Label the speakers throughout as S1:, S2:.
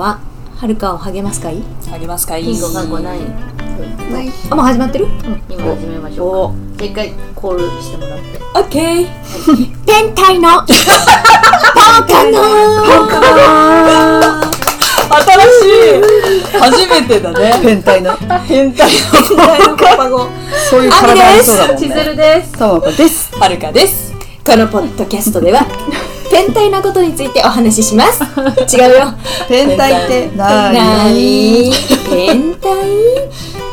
S1: は、はるかを励ます会
S2: 励ますかい
S3: 金庫過去ない
S1: ないあ、もう始まってる
S3: 今始めましょ
S1: お
S3: うか一回コールしてもらって
S2: オッケー
S1: 天体のパーカの
S2: 新しい初めてだね
S4: 変態な
S2: 変態のパパ語
S4: そういう体ありそうだもん
S3: 千
S4: ね
S3: 鶴です
S4: たまこです
S2: はるかです
S1: このポッドキャストで は、天体のことについてお話しします。 違うよ。
S4: 変態ってな
S1: なーに
S4: に
S1: 天 体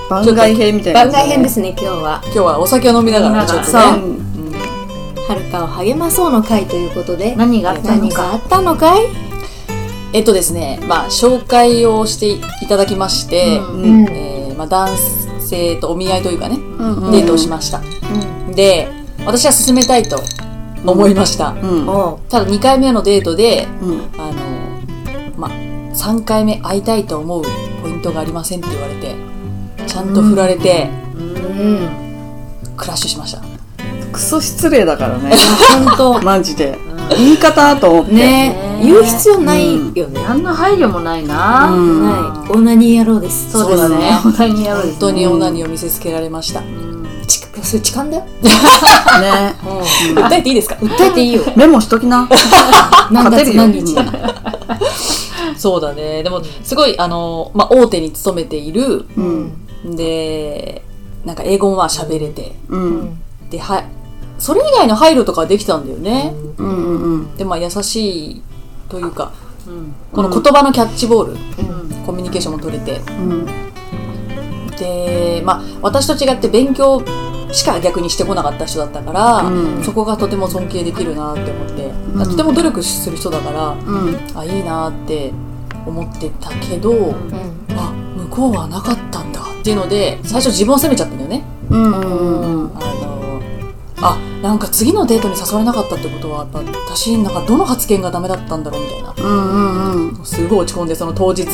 S4: 番外編みたいな
S1: 番外編ですすね、今日は。
S2: 今日はお酒を飲みながらねちょっと
S4: さあ
S2: ね
S1: はるかを励まそうの会ということで、
S3: 何があったの
S1: 何
S3: か
S1: があったのかい
S2: えっとですねまあ紹介をしていただきまして、
S3: うん
S4: うん
S2: えーまあ、男性とお見合いというかね
S4: うん
S2: デートをしました、で私は進めたいと思いました、
S4: うん
S1: おう
S2: ただ2回目のデートで
S4: うん
S2: あのまあ3回目会いたいと思うポイントがありませんって言われてちゃんと振られて、
S1: うん。
S2: クラッシュしました
S4: クソ失礼だからね
S1: ほんと。
S4: マジで言い方と思って
S1: ね
S3: ね
S1: 言う必要ないよね。
S3: 何の配慮もないな、
S4: うん
S1: はい。オナニー野郎です。
S3: そうですね
S4: そ
S3: 本当にやろうで
S2: 本
S3: す
S2: 当
S3: ね
S2: に女にを見せつけられました、
S3: うん
S1: ちそれ痴漢だよ。
S4: ね
S2: 訴えていいですか
S1: 訴えていいよ。
S4: メモしときな
S1: 何
S4: 勝
S1: 月
S4: てるよ
S1: 何日。
S2: そうだねでもすごいあの、まあ、大手に勤めている
S4: うん
S2: でなんか英語は喋れて
S4: うん
S2: ではそれ以外の配慮とかはできたんだよね、
S4: うんうんうん
S2: でまあ優しいというか
S3: うん
S2: この言葉のキャッチボール、
S3: うん
S2: コミュニケーションも取れて
S4: うん
S2: でまあ私と違って勉強しか逆にしてこなかった人だったから、
S4: うん
S2: そこがとても尊敬できるなって思って、
S4: ん
S2: とても努力する人だから
S4: うん
S2: あいいなって思ってたけど、
S3: ん
S1: うん
S2: あ向こうはなかったんだっていうので最初自分を責めちゃったんだよね。
S4: うんうんうん
S2: あのあなんか次のデートに誘われなかったってことはやっぱ私なんかどの発言がダメだったんだろうみたいな
S4: うんうん
S2: すごい落ち込んでその当日、ね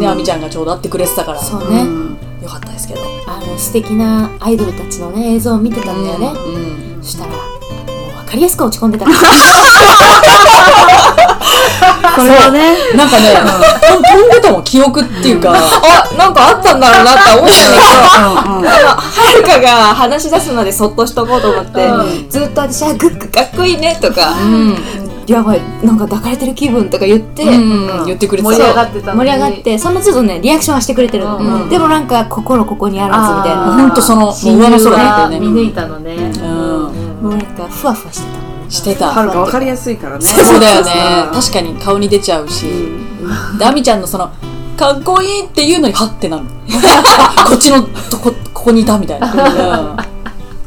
S4: うん
S2: あみちゃんがちょうど会ってくれてたから
S1: そう
S4: う
S1: ね。
S4: ん
S2: よかったですけど
S1: あの、素敵なアイドルたちのね、映像を見てたんだよね。
S2: うん
S1: そしたら、もう分かりやすく落ち込んでたから。
S4: これはね
S2: なんかね、と飛んでたもん、記憶っていうか、あ、なんかあったんだろうなって思ったんだ
S4: うんうん
S1: はるかが話し出すまでそっとしとこうと思って、
S3: う
S1: ずっと私はグッグかっこいいねとか、やばいなんか抱かれてる気分とか言って、
S2: けど、うん言ってくれて
S3: 盛り上がってたの
S1: 盛
S3: に
S1: り上がってその都度ねリアクションはしてくれてるの、
S3: うん
S1: でもなんか心ここにあらずみたいな
S2: ほんとその
S3: 親友
S2: 上の空だったよね
S3: が見抜いたのね
S2: ん
S1: もうなんかふわふわしてた
S2: して
S4: は
S2: た。
S4: るかわかりやすいからね
S2: そうだよね
S4: う。ん
S2: 確かに顔に出ちゃうし、で、あみちゃんのその、かっこいいっていうのに、はってなる。こっちのとこ、ここにいたみたいな。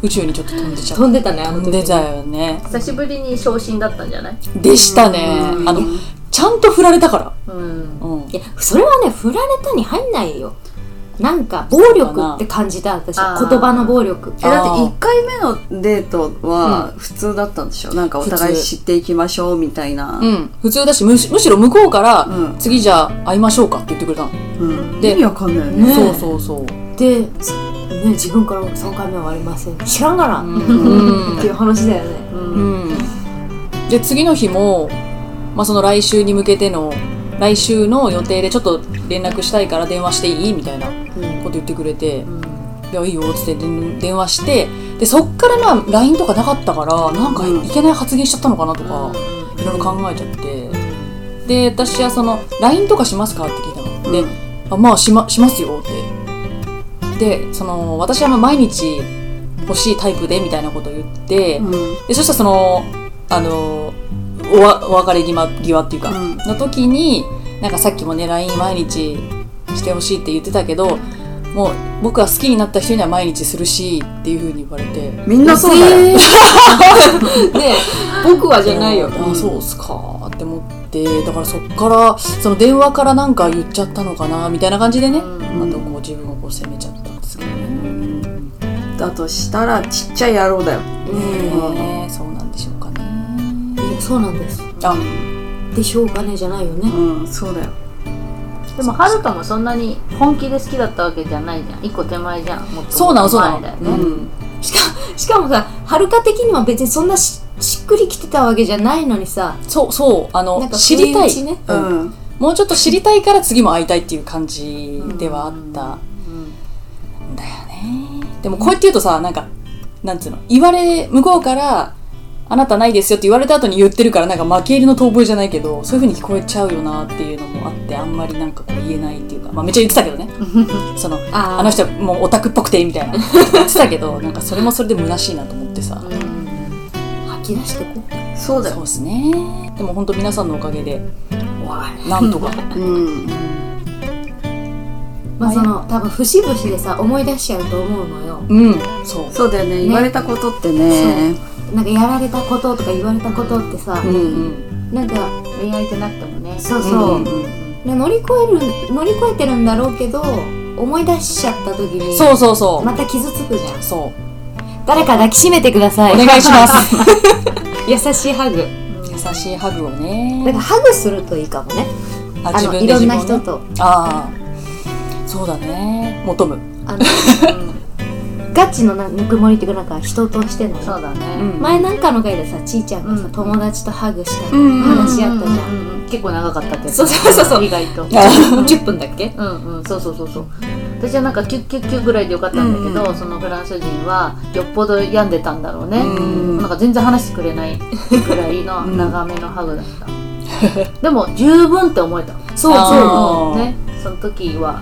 S2: 宇宙にちょっと飛んでちゃった。
S1: 飛んでたねあの
S2: 飛ん
S1: 時
S2: でたよね。
S3: 久しぶりに昇進だったんじゃない
S2: でしたね。あの、ちゃんと振られたから。
S3: うん
S2: うん
S1: いやそれはね振られたに入んないよなんか暴力って感じた私は
S3: あー
S1: 言葉の暴力
S4: えだって1回目のデートは普通だったんでしょ、なんかお互い
S2: 普通
S4: 知っていきましょうみたいな、
S2: うん、普通だしむしむしろ向こうから、
S4: うん
S2: 次じゃあ会いましょうかって言ってくれたの、
S4: うん
S2: で
S4: 意味わかんないよ
S1: ね
S4: ね
S2: そうそうそう、
S1: で、つね、自分から3回目はありません知らんがな、
S2: うん
S1: っていう話だよね
S2: うんで次の日も、まあ、その来週に向けての来週の予定でちょっと連絡したいから電話していいみたいなこと言ってくれて
S3: う、ん
S2: いやいいよっつって電電話してでそっからまあ LINE とかなかったからなんか
S4: うん
S2: いけない発言しちゃったのかなとか、いろいろ考えちゃってで私はその LINE とかしますかって聞いたの、であまあしましますよってでその私はまあ毎日欲しいタイプでみたいなことを言って、
S4: うん
S2: でそしたらそのあのおわお別れ際際っていうか、
S4: うん
S2: の時になんかさっきもね LINE 毎日してほしいって言ってたけどもう僕は好きになった人には毎日するしっていうふうに言われて
S4: みんなそうだよ、
S1: ね僕はじゃないよ。
S2: あそうっすかって思ってだからそっからその電話からなんか言っちゃったのかなみたいな感じでね、
S4: ん
S2: あとこう自分をこう責めちゃったんですけどね、
S4: だとしたらちっちゃい野郎だよ
S2: ねえそうなんでしょうかね
S1: いやそうなんです。
S2: あ
S1: でしょうかねじゃないよね。
S4: うんそうだよ
S3: でもはるかもそんなに本気で好きだったわけじゃないじゃん一個手前じゃんもっと
S2: そうなのそうなの
S3: 前だよ
S4: う
S3: ね
S4: ん
S1: しかしかもさ、はるか的にも別にそんなししっくりきてたわけじゃないのにさ、
S2: そうそうあ
S1: な
S2: の
S1: んか
S2: 知りたい
S1: 不意打ちね
S4: うん
S2: もうちょっと知りたいから次も会いたいっていう感じではあったんだよねでもこうやって言うとさなんかなんつうの言われ向こうから「あなたないですよ」って言われた後に言ってるからなんか負け入りの遠吠えじゃないけどそういう風に聞こえちゃうよなっていうのもあってあんまりなんかこう言えないっていうか、まあ、めっちゃ言ってたけ どねその
S1: あ
S2: あの人はもうオタクっぽくてみたいな言ってたけどなんかそれもそれで虚しいなと思ってさ
S1: 吐き出してこう
S4: そうだ
S2: そう
S4: よ。
S2: ですねでも本当皆さんのおかげで
S1: わい
S2: なん とか
S4: うん。
S1: まあその多分節々でさ思い出しちゃうと思うのよ
S2: うんそう
S4: そうだよね。言われたことってね。
S1: なんかやられたこととか言われたことってさ、
S2: うんうん
S1: なんか
S3: 恋愛じゃなくてもね
S1: そうそう、
S2: んんん
S1: で乗り越える乗り越えてるんだろうけど思い出しちゃった時に
S2: そうそうそう、
S1: また傷つくじゃん
S2: そう
S1: 誰か抱きしめてください
S2: お願いします
S1: 優しいハグ
S2: 優しいハグを
S1: なんか
S2: ね
S1: ハグするといいかもね
S2: あ
S1: あのいろんな人
S2: ね
S1: と
S2: ああそうだね求 む
S1: あのガチのなぬくもりっていうかなんか人としての
S3: そうだ
S2: う
S3: ね
S2: ん
S1: 前なんかの回でさちーちゃんがさ、
S3: うん
S1: 友達とハグした
S2: う
S1: り
S2: ん
S1: 話し合ったじゃん、
S3: うんうんうん結構長かったってやつ
S1: そうそうそうそう
S3: 意外と
S1: 10分だっけ
S3: うんうんそうそうそうそう私はなんかキュッキュッキュッぐらいでよかったんだけど、そのフランス人はよっぽど病んでたんだろうね、
S2: うん
S3: なんか全然話してくれないぐらいの長めのハグだった、でも十分って思えた
S1: そうそ
S2: あー
S3: ねその時は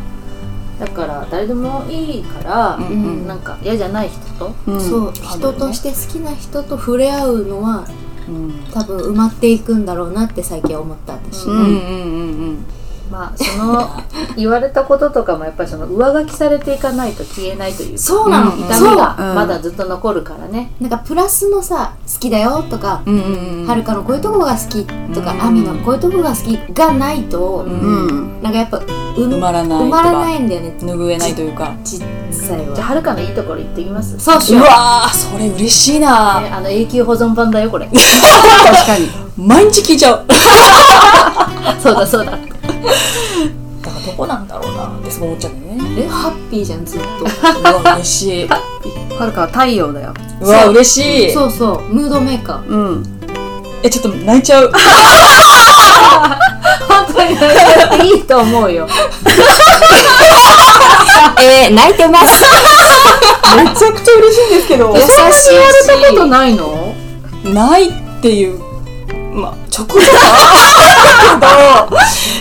S3: だから誰でもいいから、
S2: うん
S1: うん
S3: なんか嫌じゃない人と
S4: うん
S1: うそう人として好きな人と触れ合うのは
S2: うん
S1: 多分埋まっていくんだろうなって最近思った私、
S2: うんうんうんうん
S3: まあその 言われたこととかもやっぱりその上書きされていかないと消えないという
S1: そうなの、
S2: うん
S3: 痛
S1: そ
S3: み
S1: う
S3: が
S4: うん
S3: まだずっと残るからね、
S1: なんかプラスのさ好きだよとか、
S2: うんうんうん
S1: はるかのこういうとこが好きとか、
S2: うん
S1: あみのこういうとこが好きがないと、
S2: うん
S4: うん。
S1: なんかやっぱ
S2: 埋
S1: 埋ま
S2: まらない
S1: 埋まらないいんだよね
S2: 拭えないというか
S1: 実際
S3: じゃあ
S1: は
S3: はるかのいいところ言ってきます
S1: そうし
S2: う
S1: よう
S2: わーそれ嬉しいな
S3: ねあの永久保存版だよこれ
S4: 確かに。
S2: 毎日聞いちゃうだ
S3: そうだそうだ
S2: からどこなんだろうなってそう思っちゃうんだよね
S1: えハッピーじゃんずっと
S2: うわ嬉し い
S4: はるかは太陽だよ。
S2: うわ嬉しい
S1: そうそうムードメー カー
S4: うん。
S2: えちょっと泣いち ゃう
S3: 本当にやっていいと思 うよ
S1: えー、泣いてます
S2: めちゃくちゃ嬉しいんですけど
S1: 優しい
S3: そんなことないの
S2: ないっていうまあちょこちょこあるけど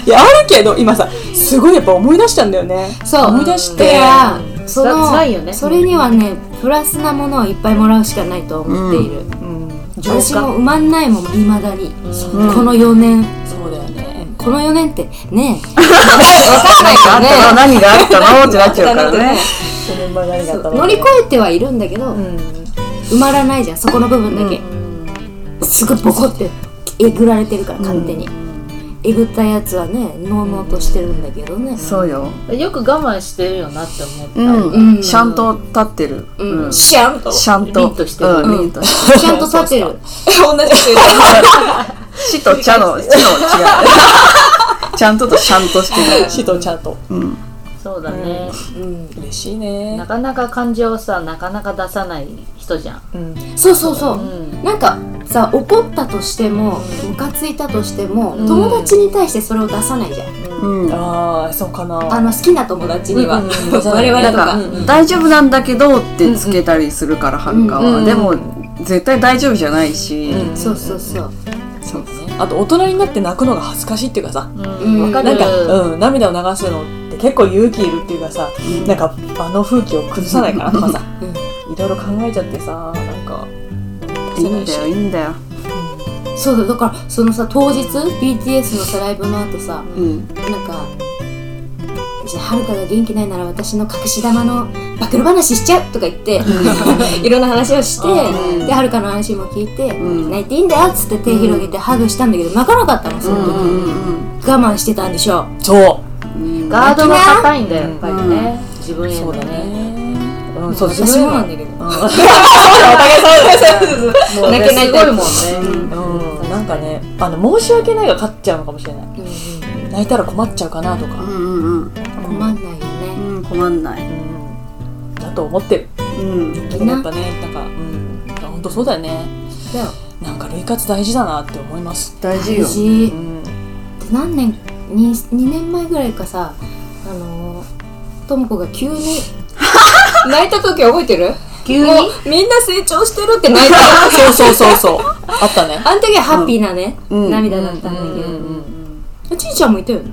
S2: いやあるけど今さすごいやっぱ思い出したんだよね
S1: そう
S2: 思い出して
S1: だからその
S3: 辛いよね
S1: それにはねプラスなものをいっぱいもらうしかないと思っている、
S2: うん
S3: 浄化
S1: 私も埋まんないもんいまだに、
S3: うん
S1: この4年
S2: そうだよね
S1: この4年ってねえ
S4: あったの何が あったのってなっちゃうからね。
S2: その場何があったの
S1: 乗り越えてはいるんだけど、埋まらないじゃんそこの部分だけ、すごいボコってえぐられてるから勝手に、えぐったやつはねのうのうとしてるんだけどね、
S4: そうよ。
S3: よく我慢してるよなって思った、
S4: うん。
S1: ん
S4: ちゃんと立ってる。うん。ち
S1: シャンと
S4: ゃんと。
S3: 凛としてる
S4: うん。凛としてる。
S1: ちゃんと立てる
S4: しとちゃの、ちの違 う。ちゃんととちゃんとしてる。
S2: シトちゃんと
S4: うん。
S3: そうだね、
S1: うん
S2: 嬉しい
S3: な
S2: ね
S3: かなか感情をさなかなか出さない人じゃん、
S2: うん
S1: そうそうそう、
S3: うん
S1: なんかさ怒ったとしてもムカついたとしても、
S2: ん
S1: 友達に対してそれを出さないじゃん、
S4: うん。
S2: ああそうかな
S1: あの好きな友達には、
S2: うんうん
S1: 我々
S4: だ
S1: と
S4: か、
S1: から
S4: 大丈夫なんだけどってつけたりするから、はるか
S2: うんう
S4: は。
S2: ん
S4: でも、絶対大丈夫じゃないし。
S2: うん
S1: そうそうそう
S2: そうだねあと大人になって泣くのが恥ずかしいっていうかさ
S3: うん
S1: うん
S3: わかる
S2: なんか、うん、涙を流すのって結構勇気いるっていうかさ、なんか場の風紀を崩さないからとかさ、いろいろ考えちゃってさなんか
S4: いいんだよ、いいんだよ。
S1: そうだだからそのさ当日 BTS のさライブの後さ
S4: うん。
S1: なんかじゃあはるかが元気ないなら私の隠し玉の暴露話しちゃうとか言って、いろんな話をして、
S4: うん
S1: ではるかの話も聞いて、
S4: うん
S1: 泣いていいんだよっつって手広げてハグしたんだけど泣かなかったのその時、
S4: うん
S1: 我慢してたんでしょ
S2: そ
S4: うん。
S3: ガードが硬いんだよやっぱりね、自分
S2: う
S3: へ
S2: そ
S3: の
S2: うだね
S3: ね
S2: うんそう
S1: 私もなんだけど
S3: もうね
S1: 泣けない
S3: すご
S1: タイ
S3: い
S1: プ
S3: もんね、
S2: うん、なんかねあの申し訳ないが勝っちゃうのかもしれない泣いたら困っちゃうかなと
S4: う
S2: か、
S4: んうん
S1: 困んないよね
S4: うん。うん、困んない。
S2: うん、だと思ってる
S4: うん。
S1: いいな
S2: やっぱねなんか、うん、本当そうだよね
S1: だよ
S2: なんか涙活大事だなって思います、
S4: 大事
S1: 大
S4: よ。
S1: 事
S2: うん、
S1: で何年 2, 2年前ぐらいかさあのーともこが急に 泣いた時覚えてる
S3: 急に
S1: もう みんな成長してるって泣い た
S2: そうそうそうそうあったね
S1: あの時はハッピーなね、
S4: うん
S1: 涙だったんだけど、
S2: うんうん
S1: ちいちゃんもいたよね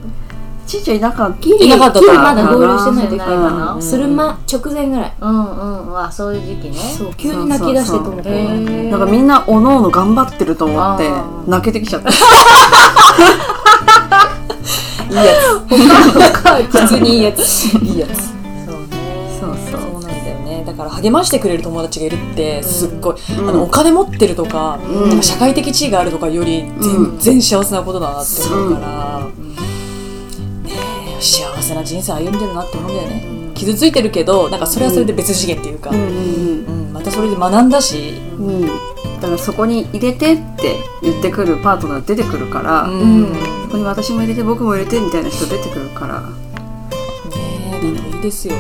S4: ちいちゃんいなかった
S1: ギリ
S2: いなかった
S1: ギリ
S2: か
S1: ま
S2: な
S1: だ合流してない時
S3: か
S1: か
S3: な
S1: するま直前ぐらい
S3: うんうんあそういう時期ね
S1: そう急に泣き出してともこが
S3: へー
S4: なんかみんなおのおの頑張ってると思って
S3: あー
S4: 泣けてきちゃった
S2: いいやつ普通にいいやついいやつ
S3: そうね
S4: そう
S2: そ
S4: そ
S2: うな
S4: う
S2: んだよねだから励ましてくれる友達がいるってすっごい、
S4: うん
S2: あのお金持ってるとか,、
S4: ん
S2: なんか社会的地位があるとかより全,、
S4: うん
S2: 然幸せなことだなって思うから、ねえ幸せな人生歩んでるなって思うんだよね、傷ついてるけどなんかそれはそれで別次元っていうか、う
S4: うんんうん
S2: またそれで学んだし、
S4: うんうんだからそこに入れてって言ってくるパートナー出てくるから、
S2: うん
S1: ん
S2: ね
S4: ここに私も入れて僕も入れてみたいな人出てくるから
S2: えなんかいいですよ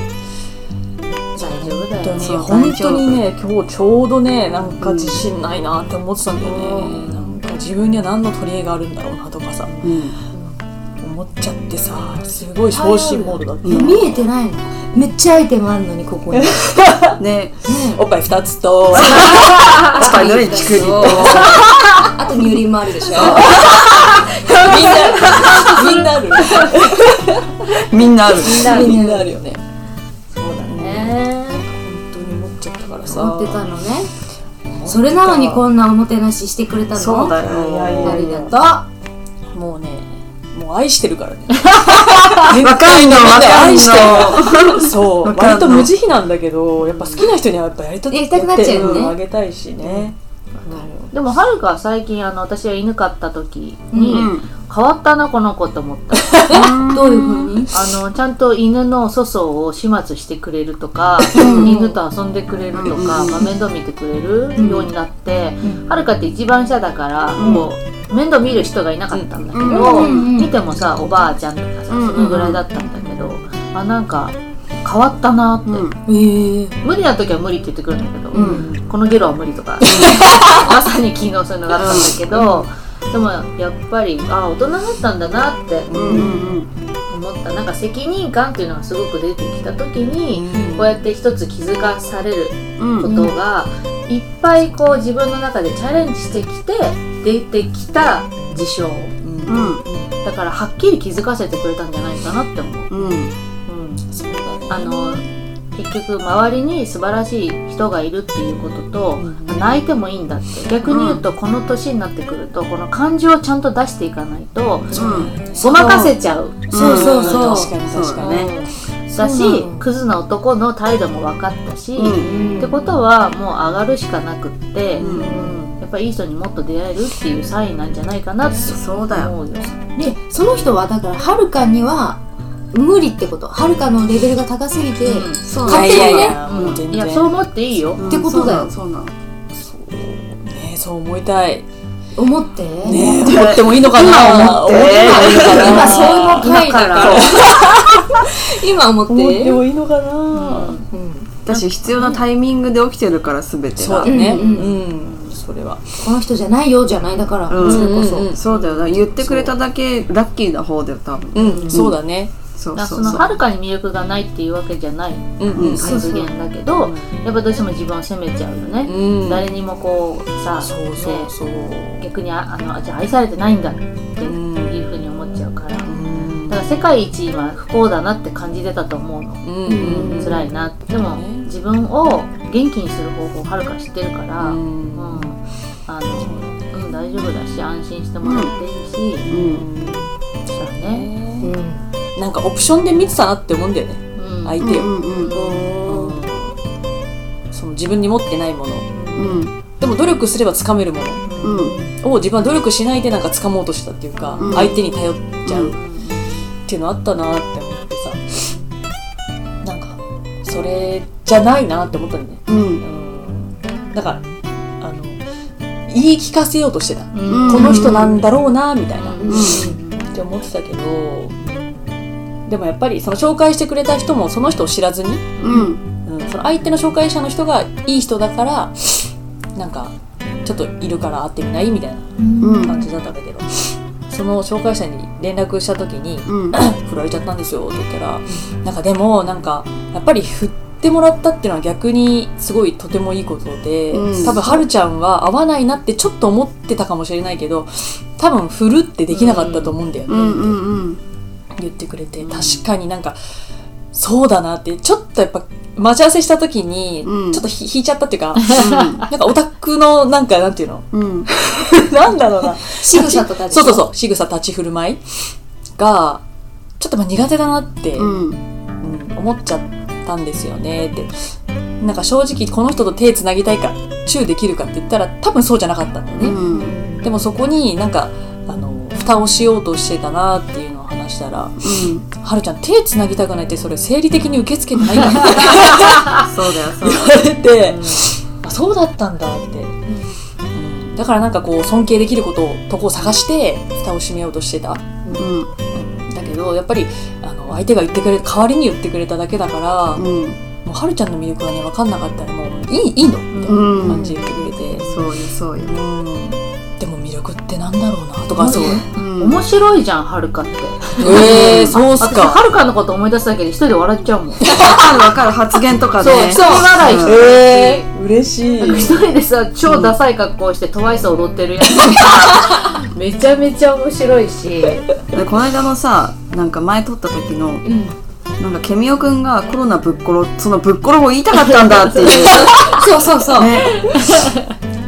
S3: 大丈夫だ
S2: 本当
S3: よ
S2: に
S4: そう
S2: 本当にね今日ちょうどねなんか自信ないなって思ってたんだよね、なんか自分には何の取り柄があるんだろうなとかさ、
S4: うん
S2: 思っちゃってさすごい昇進モードだった、
S4: うん
S1: 見えてないのめっちゃアイテムあんのにここに
S4: ね
S2: おっぱい2つと
S4: おっぱいの上に乳首
S1: そうあと乳輪もあるでしょ
S2: みんなみんなある
S4: みんなある
S2: みんなあるよね
S3: そうだね
S2: 本当に思っちゃったからさ
S1: 思ってたのねそれなのにこんなおもてなししてくれたの
S4: そうだよ
S3: いやい
S1: あ
S3: や
S1: り
S3: いや
S1: がと
S2: もうねもう愛してるからね
S4: 若いの若い
S2: 愛
S4: の
S2: してる そう
S4: わかんの
S2: 割と無慈悲なんだけどやっぱ好きな人にはやっぱやりた
S1: やりたくなっちゃうよね
S2: んあげたいしね
S3: でもはるかは最近あの私が犬飼った時に、
S4: うん
S3: 変わったなこの子と思った
S1: うどういうふうに
S3: あのちゃんと犬の粗相を始末してくれるとか犬と遊んでくれるとか、まあ、面倒見てくれるようになって、はるかって一番下だから、こう面倒見る人がいなかったんだけど、
S1: うんうん
S3: 見てもさおばあちゃんとかさそのぐらいだったんだけど、あなんか変わったなって、
S4: うん
S2: ええ
S3: 無理な時は無理って言ってくるんだけど、
S4: うん
S3: このゲロは無理とかまさに昨日そういうのがあったんだけど、でもやっぱりあ大人だったんだなって
S4: うんうん
S3: 思ったなんか責任感っていうのがすごく出てきた時に、こうやって一つ気づかされる
S4: うん
S3: こ
S4: うん
S3: とが、いっぱいこう自分の中でチャレンジしてきて出てきた事象だからはっきり気づかせてくれたんじゃないかなって思う。
S4: うんうん
S3: うん
S2: そうだね
S3: あの結局周りに素晴らしい人がいるっていうことと、泣いてもいいんだって逆に言うとこの年になってくるとこの感情をちゃんと出していかないとごまかせちゃう。
S1: そうそうそう
S2: 確かに確かに
S4: ね
S3: だ
S1: そうな
S3: し
S1: の
S3: クズな男の態度も分かったし、
S4: うん
S3: ってことはもう上がるしかなくって、
S4: う
S3: やっぱいい人にもっと出会えるっていうサインなんじゃないかなって
S4: そうだよ
S3: 思うよ。
S1: でその人はだからはるかには無理ってことはるかのレベルが高すぎて、
S3: うん
S4: そう
S1: 勝手にね
S2: うん
S3: うん
S2: 全然
S3: いやそう思っていいよ。
S1: ってことだよ
S4: そうなんそう
S2: ねそう思いたい
S1: 思って、
S2: ね思ってもいいのかな
S4: 今思って
S2: 思ってもいいのかな
S1: 今そういうの
S3: 今
S1: 回だ
S3: か
S1: から
S3: ら
S1: 今思って
S2: 思ってもいいのか
S1: う
S2: な、
S1: ん
S4: なんだ私必要なタイミングで起きてるから全て
S2: そう
S4: が
S2: だね
S1: う
S2: うんん、
S1: う
S2: それは
S1: この人じゃないよじゃないだから、
S4: うん
S1: それこそ、
S2: うんうん
S4: そうだよな言ってくれただけラッキーな方だよ多分
S2: うん、そうだね
S4: そう
S3: だから
S4: そ
S3: そうの
S4: そ
S3: は
S4: う
S3: るかに魅力がないっていうわけじゃない
S2: うん
S4: うん
S2: そ
S3: 発言だけど、やっぱどうしても自分を責めちゃうよね。
S2: うん
S3: 誰にもこうさ
S2: うそうそう、
S3: ね逆にああのじゃあ愛されてないんだって
S2: ん
S3: いうふうに思っちゃうから。
S2: うん
S3: だから世界一今不幸だなって感じてたと思うの、
S2: うんうんうん
S3: 辛いなってでも
S2: ね
S3: 自分を元気にする方法をはるか知ってるから、
S2: う
S3: うん
S2: ん
S3: あのうん、大丈夫だし安心してもらっていいし、
S4: うん
S3: そうだね、
S1: うん
S2: なんかオプションで見てたなって思うんだよね
S3: うん
S2: 相
S4: うん
S2: 手を、
S4: うん
S2: その自分に持ってないもの
S4: うん
S2: でも努力すれば掴めるも
S4: うん
S2: のを自分は努力しないでなんか掴もうとしたっていうか、
S4: うん
S2: 相手に頼っちゃう
S4: う
S2: っていうのあったなって思ってさなんかそれじゃないなって思ったんだよね
S4: うん
S2: うんだからあの言い聞かせようとしてた、
S3: う
S4: うん
S3: ん
S2: この人なんだろうなみたいな、
S3: うん
S2: って思ってたけどでもやっぱりその紹介してくれた人もその人を知らずに、
S4: うん
S2: うん、その相手の紹介者の人がいい人だからなんかちょっといるから会ってみないみたいな
S4: うん
S2: 感じだったんだけど、その紹介者に連絡した時に
S4: うん
S2: 「振られちゃったんですよ」って言ったらなんかでもなんかやっぱり振ってもらったっていうのは逆にすごいとてもいいことで、
S4: うん
S2: 多分はるちゃんは合わないなってちょっと思ってたかもしれないけど多分振るってできなかったと思うんだよね、
S4: うんうんうん
S2: 言ってくれて確かになんかそうだなってちょっとやっぱ待ち合わせした時に
S4: うん
S2: ちょっとひ引いちゃったっていうか、 なんかオタクのなんかなんていうの
S4: うん
S2: なんだろうな
S1: 仕草とかでし
S2: そ
S1: ょ
S2: うそうそう仕草立ち振る舞いがちょっとまあ苦手だなって、
S4: うん
S2: うん思っちゃったんですよねってなんか正直この人と手つなぎたいかチューできるかって言ったら多分そうじゃなかったんだよ
S4: う
S2: ね、
S4: ん
S2: でもそこになんかあの蓋をしようとしてたなっていうのを話したら「はるちゃん手つなぎたくないってそれ生理的に受け付けてないから」って
S3: そうだよそう
S2: 言われて、あそうだったんだって、うんだからなんかこう尊敬できることをとこを探して蓋を閉めようとしてた
S4: うん
S2: だけどやっぱりあの相手が言ってくれ代わりに言ってくれただけだから、
S4: うん
S2: もうはるちゃんの魅力はね分かんなかったらもういいいいのみたいな
S4: うん
S2: 感じで言ってくれて、
S4: そうよそうよ
S2: うん、でも魅力ってなんだろうなとかそう
S4: うん
S3: 面白いじゃんはるかって
S2: えー、そうっす
S3: 私
S2: か
S3: はるかのこと思い出すだけで一人で笑っちゃうもんそう
S4: わかるわかる発言とかね
S3: 人笑いしてる
S2: えー、嬉しい
S3: 一人でさ超ダサい格好してトワイス踊ってるやつが めちゃめちゃ面白いし
S4: でこの間のさなんか前撮った時の、なんかケミオくんがコロナぶっ殺そのぶっ殺を言いたかったんだって いう
S1: そうそうそう
S4: ね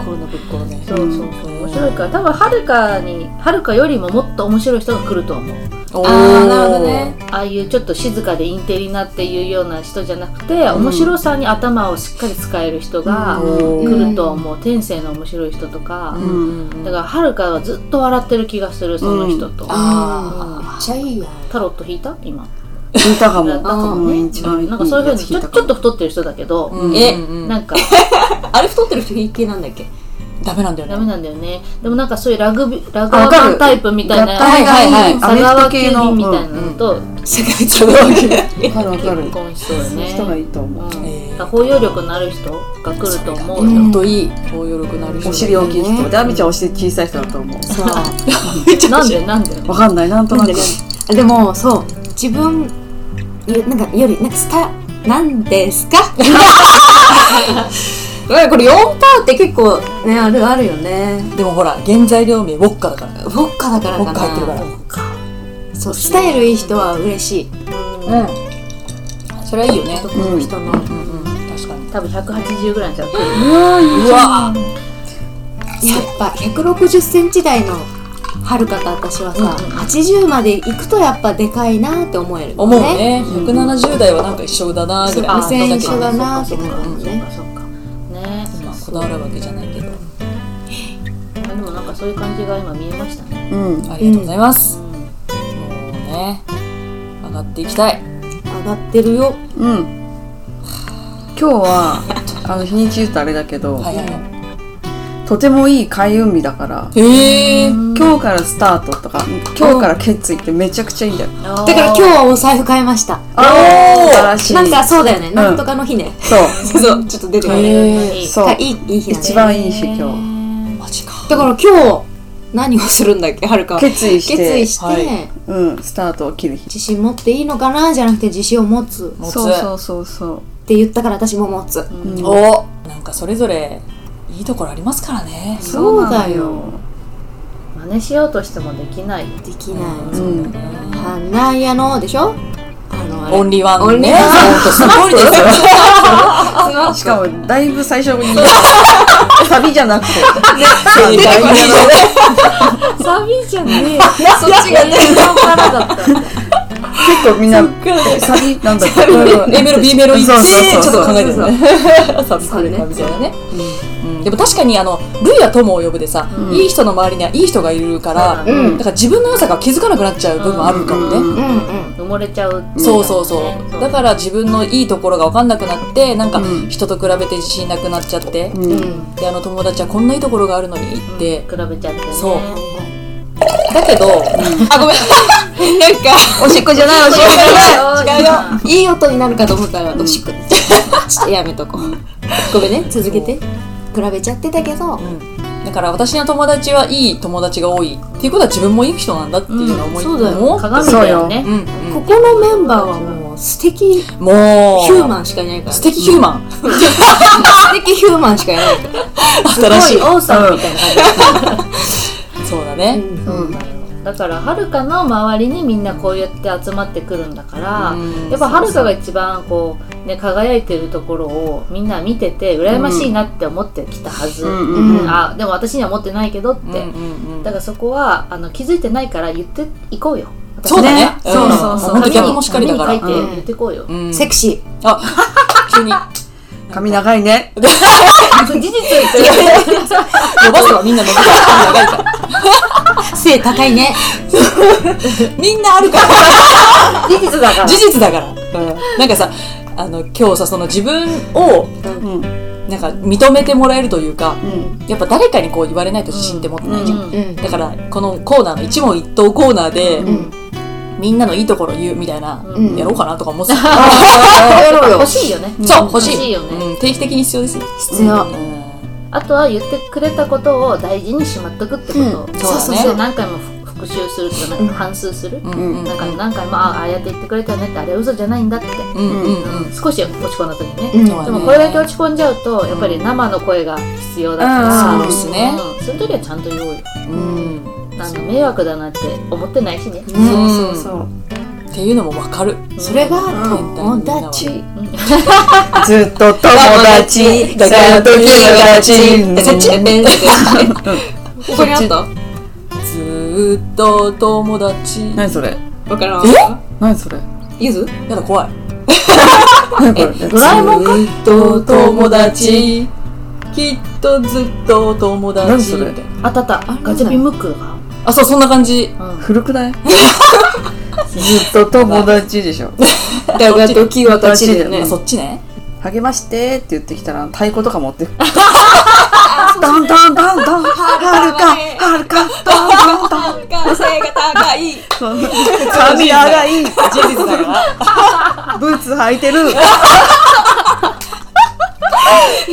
S2: コロナぶっころね
S3: そうそうそう面白いから多分はるかにはるかよりももっと面白い人が来ると思う
S2: おー
S1: あーなるほどね
S3: ああいうちょっと静かでインテリなっていうような人じゃなくて、面白さに頭をしっかり使える人が
S2: お
S3: 来
S2: ー
S3: ると思う、天性の面白い人とか、
S4: うん
S3: だからはるかはずっと笑ってる気がするその人と、
S2: あ
S1: めっちゃいいやん
S3: タロット引いた今
S4: 言いたかも
S3: だったかも
S4: う
S3: ね
S4: ん一番
S3: なんかそういうふうにちょ
S4: いいやつ聞いた
S3: ち
S4: か
S3: ょっと太ってる人だけど、
S2: ー、うん、
S1: え
S2: うん
S3: なんか
S1: あれ太ってる人平気なんだっけ
S2: ダメなんだよ
S3: ダ
S2: ね
S3: メなんだよねでもなんかそういうラグビラグ
S4: あわか
S3: マン
S4: る
S3: タイプみたいな
S4: 合体がいい
S2: はいはい
S4: ア
S3: 佐
S4: メフト
S3: 川
S4: 系
S3: 急
S4: の
S3: 便みたいなのと
S2: 世界一の
S4: うんわかるわかる
S3: 結婚しそう
S4: そ
S3: よ
S4: ういう
S3: ね
S4: 人がいいと
S3: う
S4: 思
S3: ん
S4: う、
S2: え
S3: だから
S2: ー
S3: 包容力のある人が来ると思うよ、
S2: 本当いい包容力のある人
S4: お尻大きい人でアミちゃんお尻小さい人だと思う
S1: そう
S3: なんでなんで
S4: わかんないなんとなく
S1: でもそう自分よなんかよりなんかスタなんですか これ4パーって結構ねあるあるよね
S2: でもほら原材料名ウォッカだから
S1: ウォッカだから
S2: ウォ
S1: か
S2: ッ
S1: な
S2: カ入ってるから
S1: そうスタイルいい人は嬉しい
S2: うんそれはいいよね
S1: 男の人の、
S2: うんうん確かに
S3: 多分180ぐらいちゃう
S2: うわ
S1: やっぱ1 6 0ンチ台のはるかと私はさ、80まで行くとやっぱでかいなって思える
S2: 思うね170代はなんか一緒だなぐらい
S1: あ
S2: だけど
S1: 全員一緒だなって感じ
S3: そう
S1: ね
S3: かそうかね
S2: まあこだわるわけじゃないけど
S3: あでもなんかそういう感じが今見えましたね、
S4: うん
S2: ありがとうございます
S3: うん
S2: もうね上がっていきたい
S1: 上がってるよ
S4: うん今日はあの日にち言うとあれだけど、
S2: はいはい
S4: とてもいい開運日だから
S2: へえ
S4: 今日からスタートとか今日から決意ってめちゃくちゃいいんだよ
S3: だ
S1: だから今日はお財布買いました
S4: あー素晴らしい
S1: なんかそうだよね、なんとかの日ね
S4: そう
S1: そうちょっと出てこない、
S2: へえ
S3: 日
S4: そう
S1: いいいい日だね
S4: 一番いい日今日
S1: 日
S2: マジか
S1: だから今日何をするんだっけはるか
S4: 決意して
S1: 決意して、
S2: はい
S4: うん、スタートを切る日
S1: 自信持っていいのかなじゃなくて自信を持つ
S2: 持つ
S4: そうそうそうそう
S1: って言ったから私も持つ
S4: うん
S2: おなんかそれぞれいいところありますからね
S1: そうだよ
S3: 真似しようとしてもできない
S1: できない、
S4: うん
S1: 花屋のでしょあのあれ
S2: オンリーワンね
S1: オンリーワ
S2: ほんとすごいですよ
S4: しかもだいぶ最初に サビじゃなくて
S2: 出てこない
S3: サビじゃね え
S1: そっちが ね
S3: からだった
S4: 結構みんなサビなんだけど
S2: A メロ B メロ行って
S4: そうそう
S2: ち
S4: そ
S2: ょ
S4: う
S2: っと考えてるねサビこれかみたいなねうんでも確かにあの「ルイは友を呼ぶ」でさいい人の周りにはいい人がいるから
S3: う
S2: だ
S1: うん
S2: から自分の良さが気づかなくなっちゃう部分もあるかも
S4: うん
S2: ね
S1: うんうん
S3: 埋もれちゃう
S2: そうそうそうだから自分のいいところが分かんなくなってなんか人と比べて自信なくなっちゃって
S4: うん
S1: う
S4: うんん
S2: であの友達はこんないいところがあるのにっ
S3: で
S2: て
S3: 比べちゃってね
S2: そうだけどあごめんなんか
S4: おしっこじゃないおしっこじゃない
S3: 違うよ
S1: いい音になるかと思ったらおしくちょっとやめとこうごめんね続けて比べちゃってたけど、
S2: うん、だから私の友達はいい友達が多いっていうことは自分もいい人なんだっていうのを思い、
S1: うんそうだよ
S2: も
S3: 鏡だよね
S2: うんうん
S1: ここのメンバーはもう素敵ヒ
S2: もう
S1: ューマンしかいないから
S2: 素敵ヒューマン、
S1: 素敵ヒューマンしかいないから
S2: 新しい
S3: すごい王さんみたいな感じ
S2: そうだね、
S3: そうだよだからはるかの周りにみんなこうやって集まってくるんだから、
S2: うん
S3: やっぱはるかが一番こう、ね、輝いてるところをみんな見てて羨ましいなって思ってきたはず、
S4: うん
S1: うん
S3: うんあでも私には持ってないけどって、
S2: うんうんうん
S3: だからそこはあの気づいてないから言っていこうよ
S2: そうだね
S4: ねそうそうそう
S2: 本当
S3: 紙に
S2: 逆もしっかりだから、
S3: 紙に書いて言ってこうよ、
S2: うん
S1: セクシー
S2: あ急に
S4: 髪長いね。
S3: 事実言って
S2: 伸ばすわみんな伸ばすわ長いから
S1: 背高いね
S2: みんなあるから
S3: 事実だか ら
S2: 事実だから、なんかさあの今日さその自分を
S4: うん。
S2: なんか認めてもらえるというか
S4: うん。
S2: やっぱ誰かにこう言われないと自信って持ってないじゃん、
S3: うん
S1: うん
S2: だからこのコーナーの一問一答コーナーで、
S1: ん
S2: みんなのいいところ言うみたいな、
S3: うん
S2: やろうかなとか思って
S1: やろうよ
S3: 欲しいよね
S2: たそう欲しい
S3: 欲しいよね
S2: うん、定期的に必要ですね、
S1: 必要
S2: うん
S3: あとは言ってくれたことを大事にしまっとくってこと、
S1: うん
S2: そうだね
S3: そうそう何回も復習するとかなんか反数する、
S2: うんうんうん
S3: なんか何回もああああやって言ってくれたよねってあれ嘘じゃないんだって、
S2: うんうんうん
S3: 少し落ち込んだ時ね、
S1: うん
S2: そうだね
S3: でもこれだけ落ち込んじゃうとやっぱり生の声が必要だから、
S4: うん
S2: そうですね
S3: うんその時はちゃんと言おうよ
S2: うん
S3: あの迷惑だなって思ってないしね、
S1: うん
S4: そうそうそう。
S2: っていうのもわかる
S1: それが
S2: ん
S1: 友達
S4: ずっと友達、ずっと友
S2: えそっち
S4: 達。
S2: ここにあったずーっと友達
S4: 何それ
S5: わからん。
S4: 何それ
S5: ゆず
S2: やだ怖い
S4: 何これ
S3: ドラえもんか
S2: ずっと友達きっとずっと友達
S4: 何それ
S2: みたいな
S3: あったあったガチャピンムックが、
S2: あそうそんな感じ
S3: うん、
S4: 古くない ずっと友達でしょ。
S5: だが時は経ちだよ
S2: あ
S5: ね。
S2: そっちね
S4: 励ましてって言ってきたら太鼓とか持って。 ダンダンダンダン、はるか、はるか、ダンダンダン。
S5: 感性が高い。
S4: 髪長い
S2: 事実だから
S4: ブーツ履いてる
S2: 事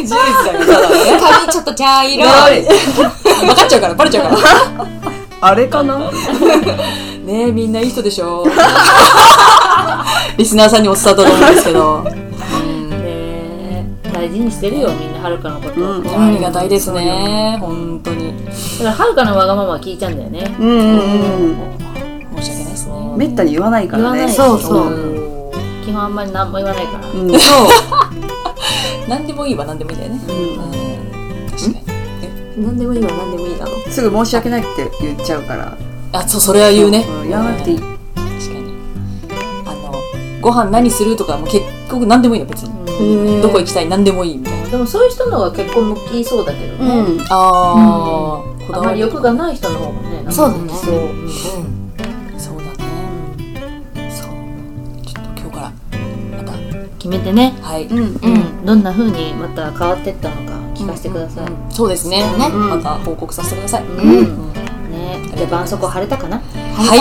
S2: 実だから
S5: 髪ちょっと茶色。
S2: 分かっちゃうからバレちゃうから
S4: あれかな
S2: ねえみんないい人でしょ リスナーさんにも伝わったと思うんですけどうん
S3: ねえ大事にしてるよみんなはるかのこと、
S4: うん
S3: だか
S2: ありがたいですね本当に
S3: らはるかのわがままは聞いちゃうんだよね
S4: うんうんうん
S2: 申し訳ないですね
S4: めったに言わないから
S3: 言わ
S4: ね
S3: ない
S1: そうそう
S2: う
S3: 基本あんまり何も言わないから、
S4: うんそう
S2: 何でもいいわ何でもいいんだよねうん確かに
S1: 何でもいいわ何でもいいなの
S4: すぐ申し訳ないって言っちゃうから
S2: あそうそれは言うね
S4: ん言わなくていい
S2: 確かにあのご飯何するとかも結局何でもいいの別に
S3: うん
S2: どこ行きたい何でもいいみたいな
S3: でもそういう人の方が結構向きそうだけど
S4: う
S3: ね、
S4: ん
S2: あーこ
S3: あ
S2: だ
S3: ま
S2: わ
S3: り
S2: り
S3: 欲がない人の方がねなんか
S1: そうだね
S3: そう、うん
S1: うん
S2: そうだねそうちょっと今日からまた
S3: 決めてね、
S2: はい
S4: うん
S3: うん、どんな風にまた変わってったのか聞かせてください、
S2: そうですね
S1: ね
S2: また報告させてください
S3: うん
S2: う
S3: ねじゃあ絆創膏晴れたかなは
S2: は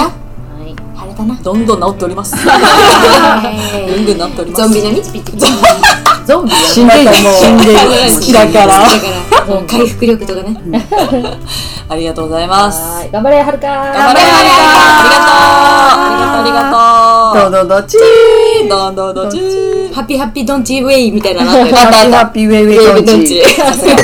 S2: い
S3: い
S1: 晴れたな
S2: どんどん治っておりますぐんぐん治っております
S1: ゾンビの
S3: ピ
S1: 道
S3: チピチピチゾンビや
S4: 死んでる死んでる好きだから
S1: だからもう回復力とかね
S2: ありがとうございます
S3: はーい頑張れはるか
S2: 頑張れありがとうありがとうありがとうありがとう
S4: どうどうどっち
S2: どんどんどんちー
S1: ハッピーハッピードンチーウェイみたいなのあったよ
S4: ハ
S1: ね
S4: ッピーハッピーウェイウェイドンチ
S2: さすが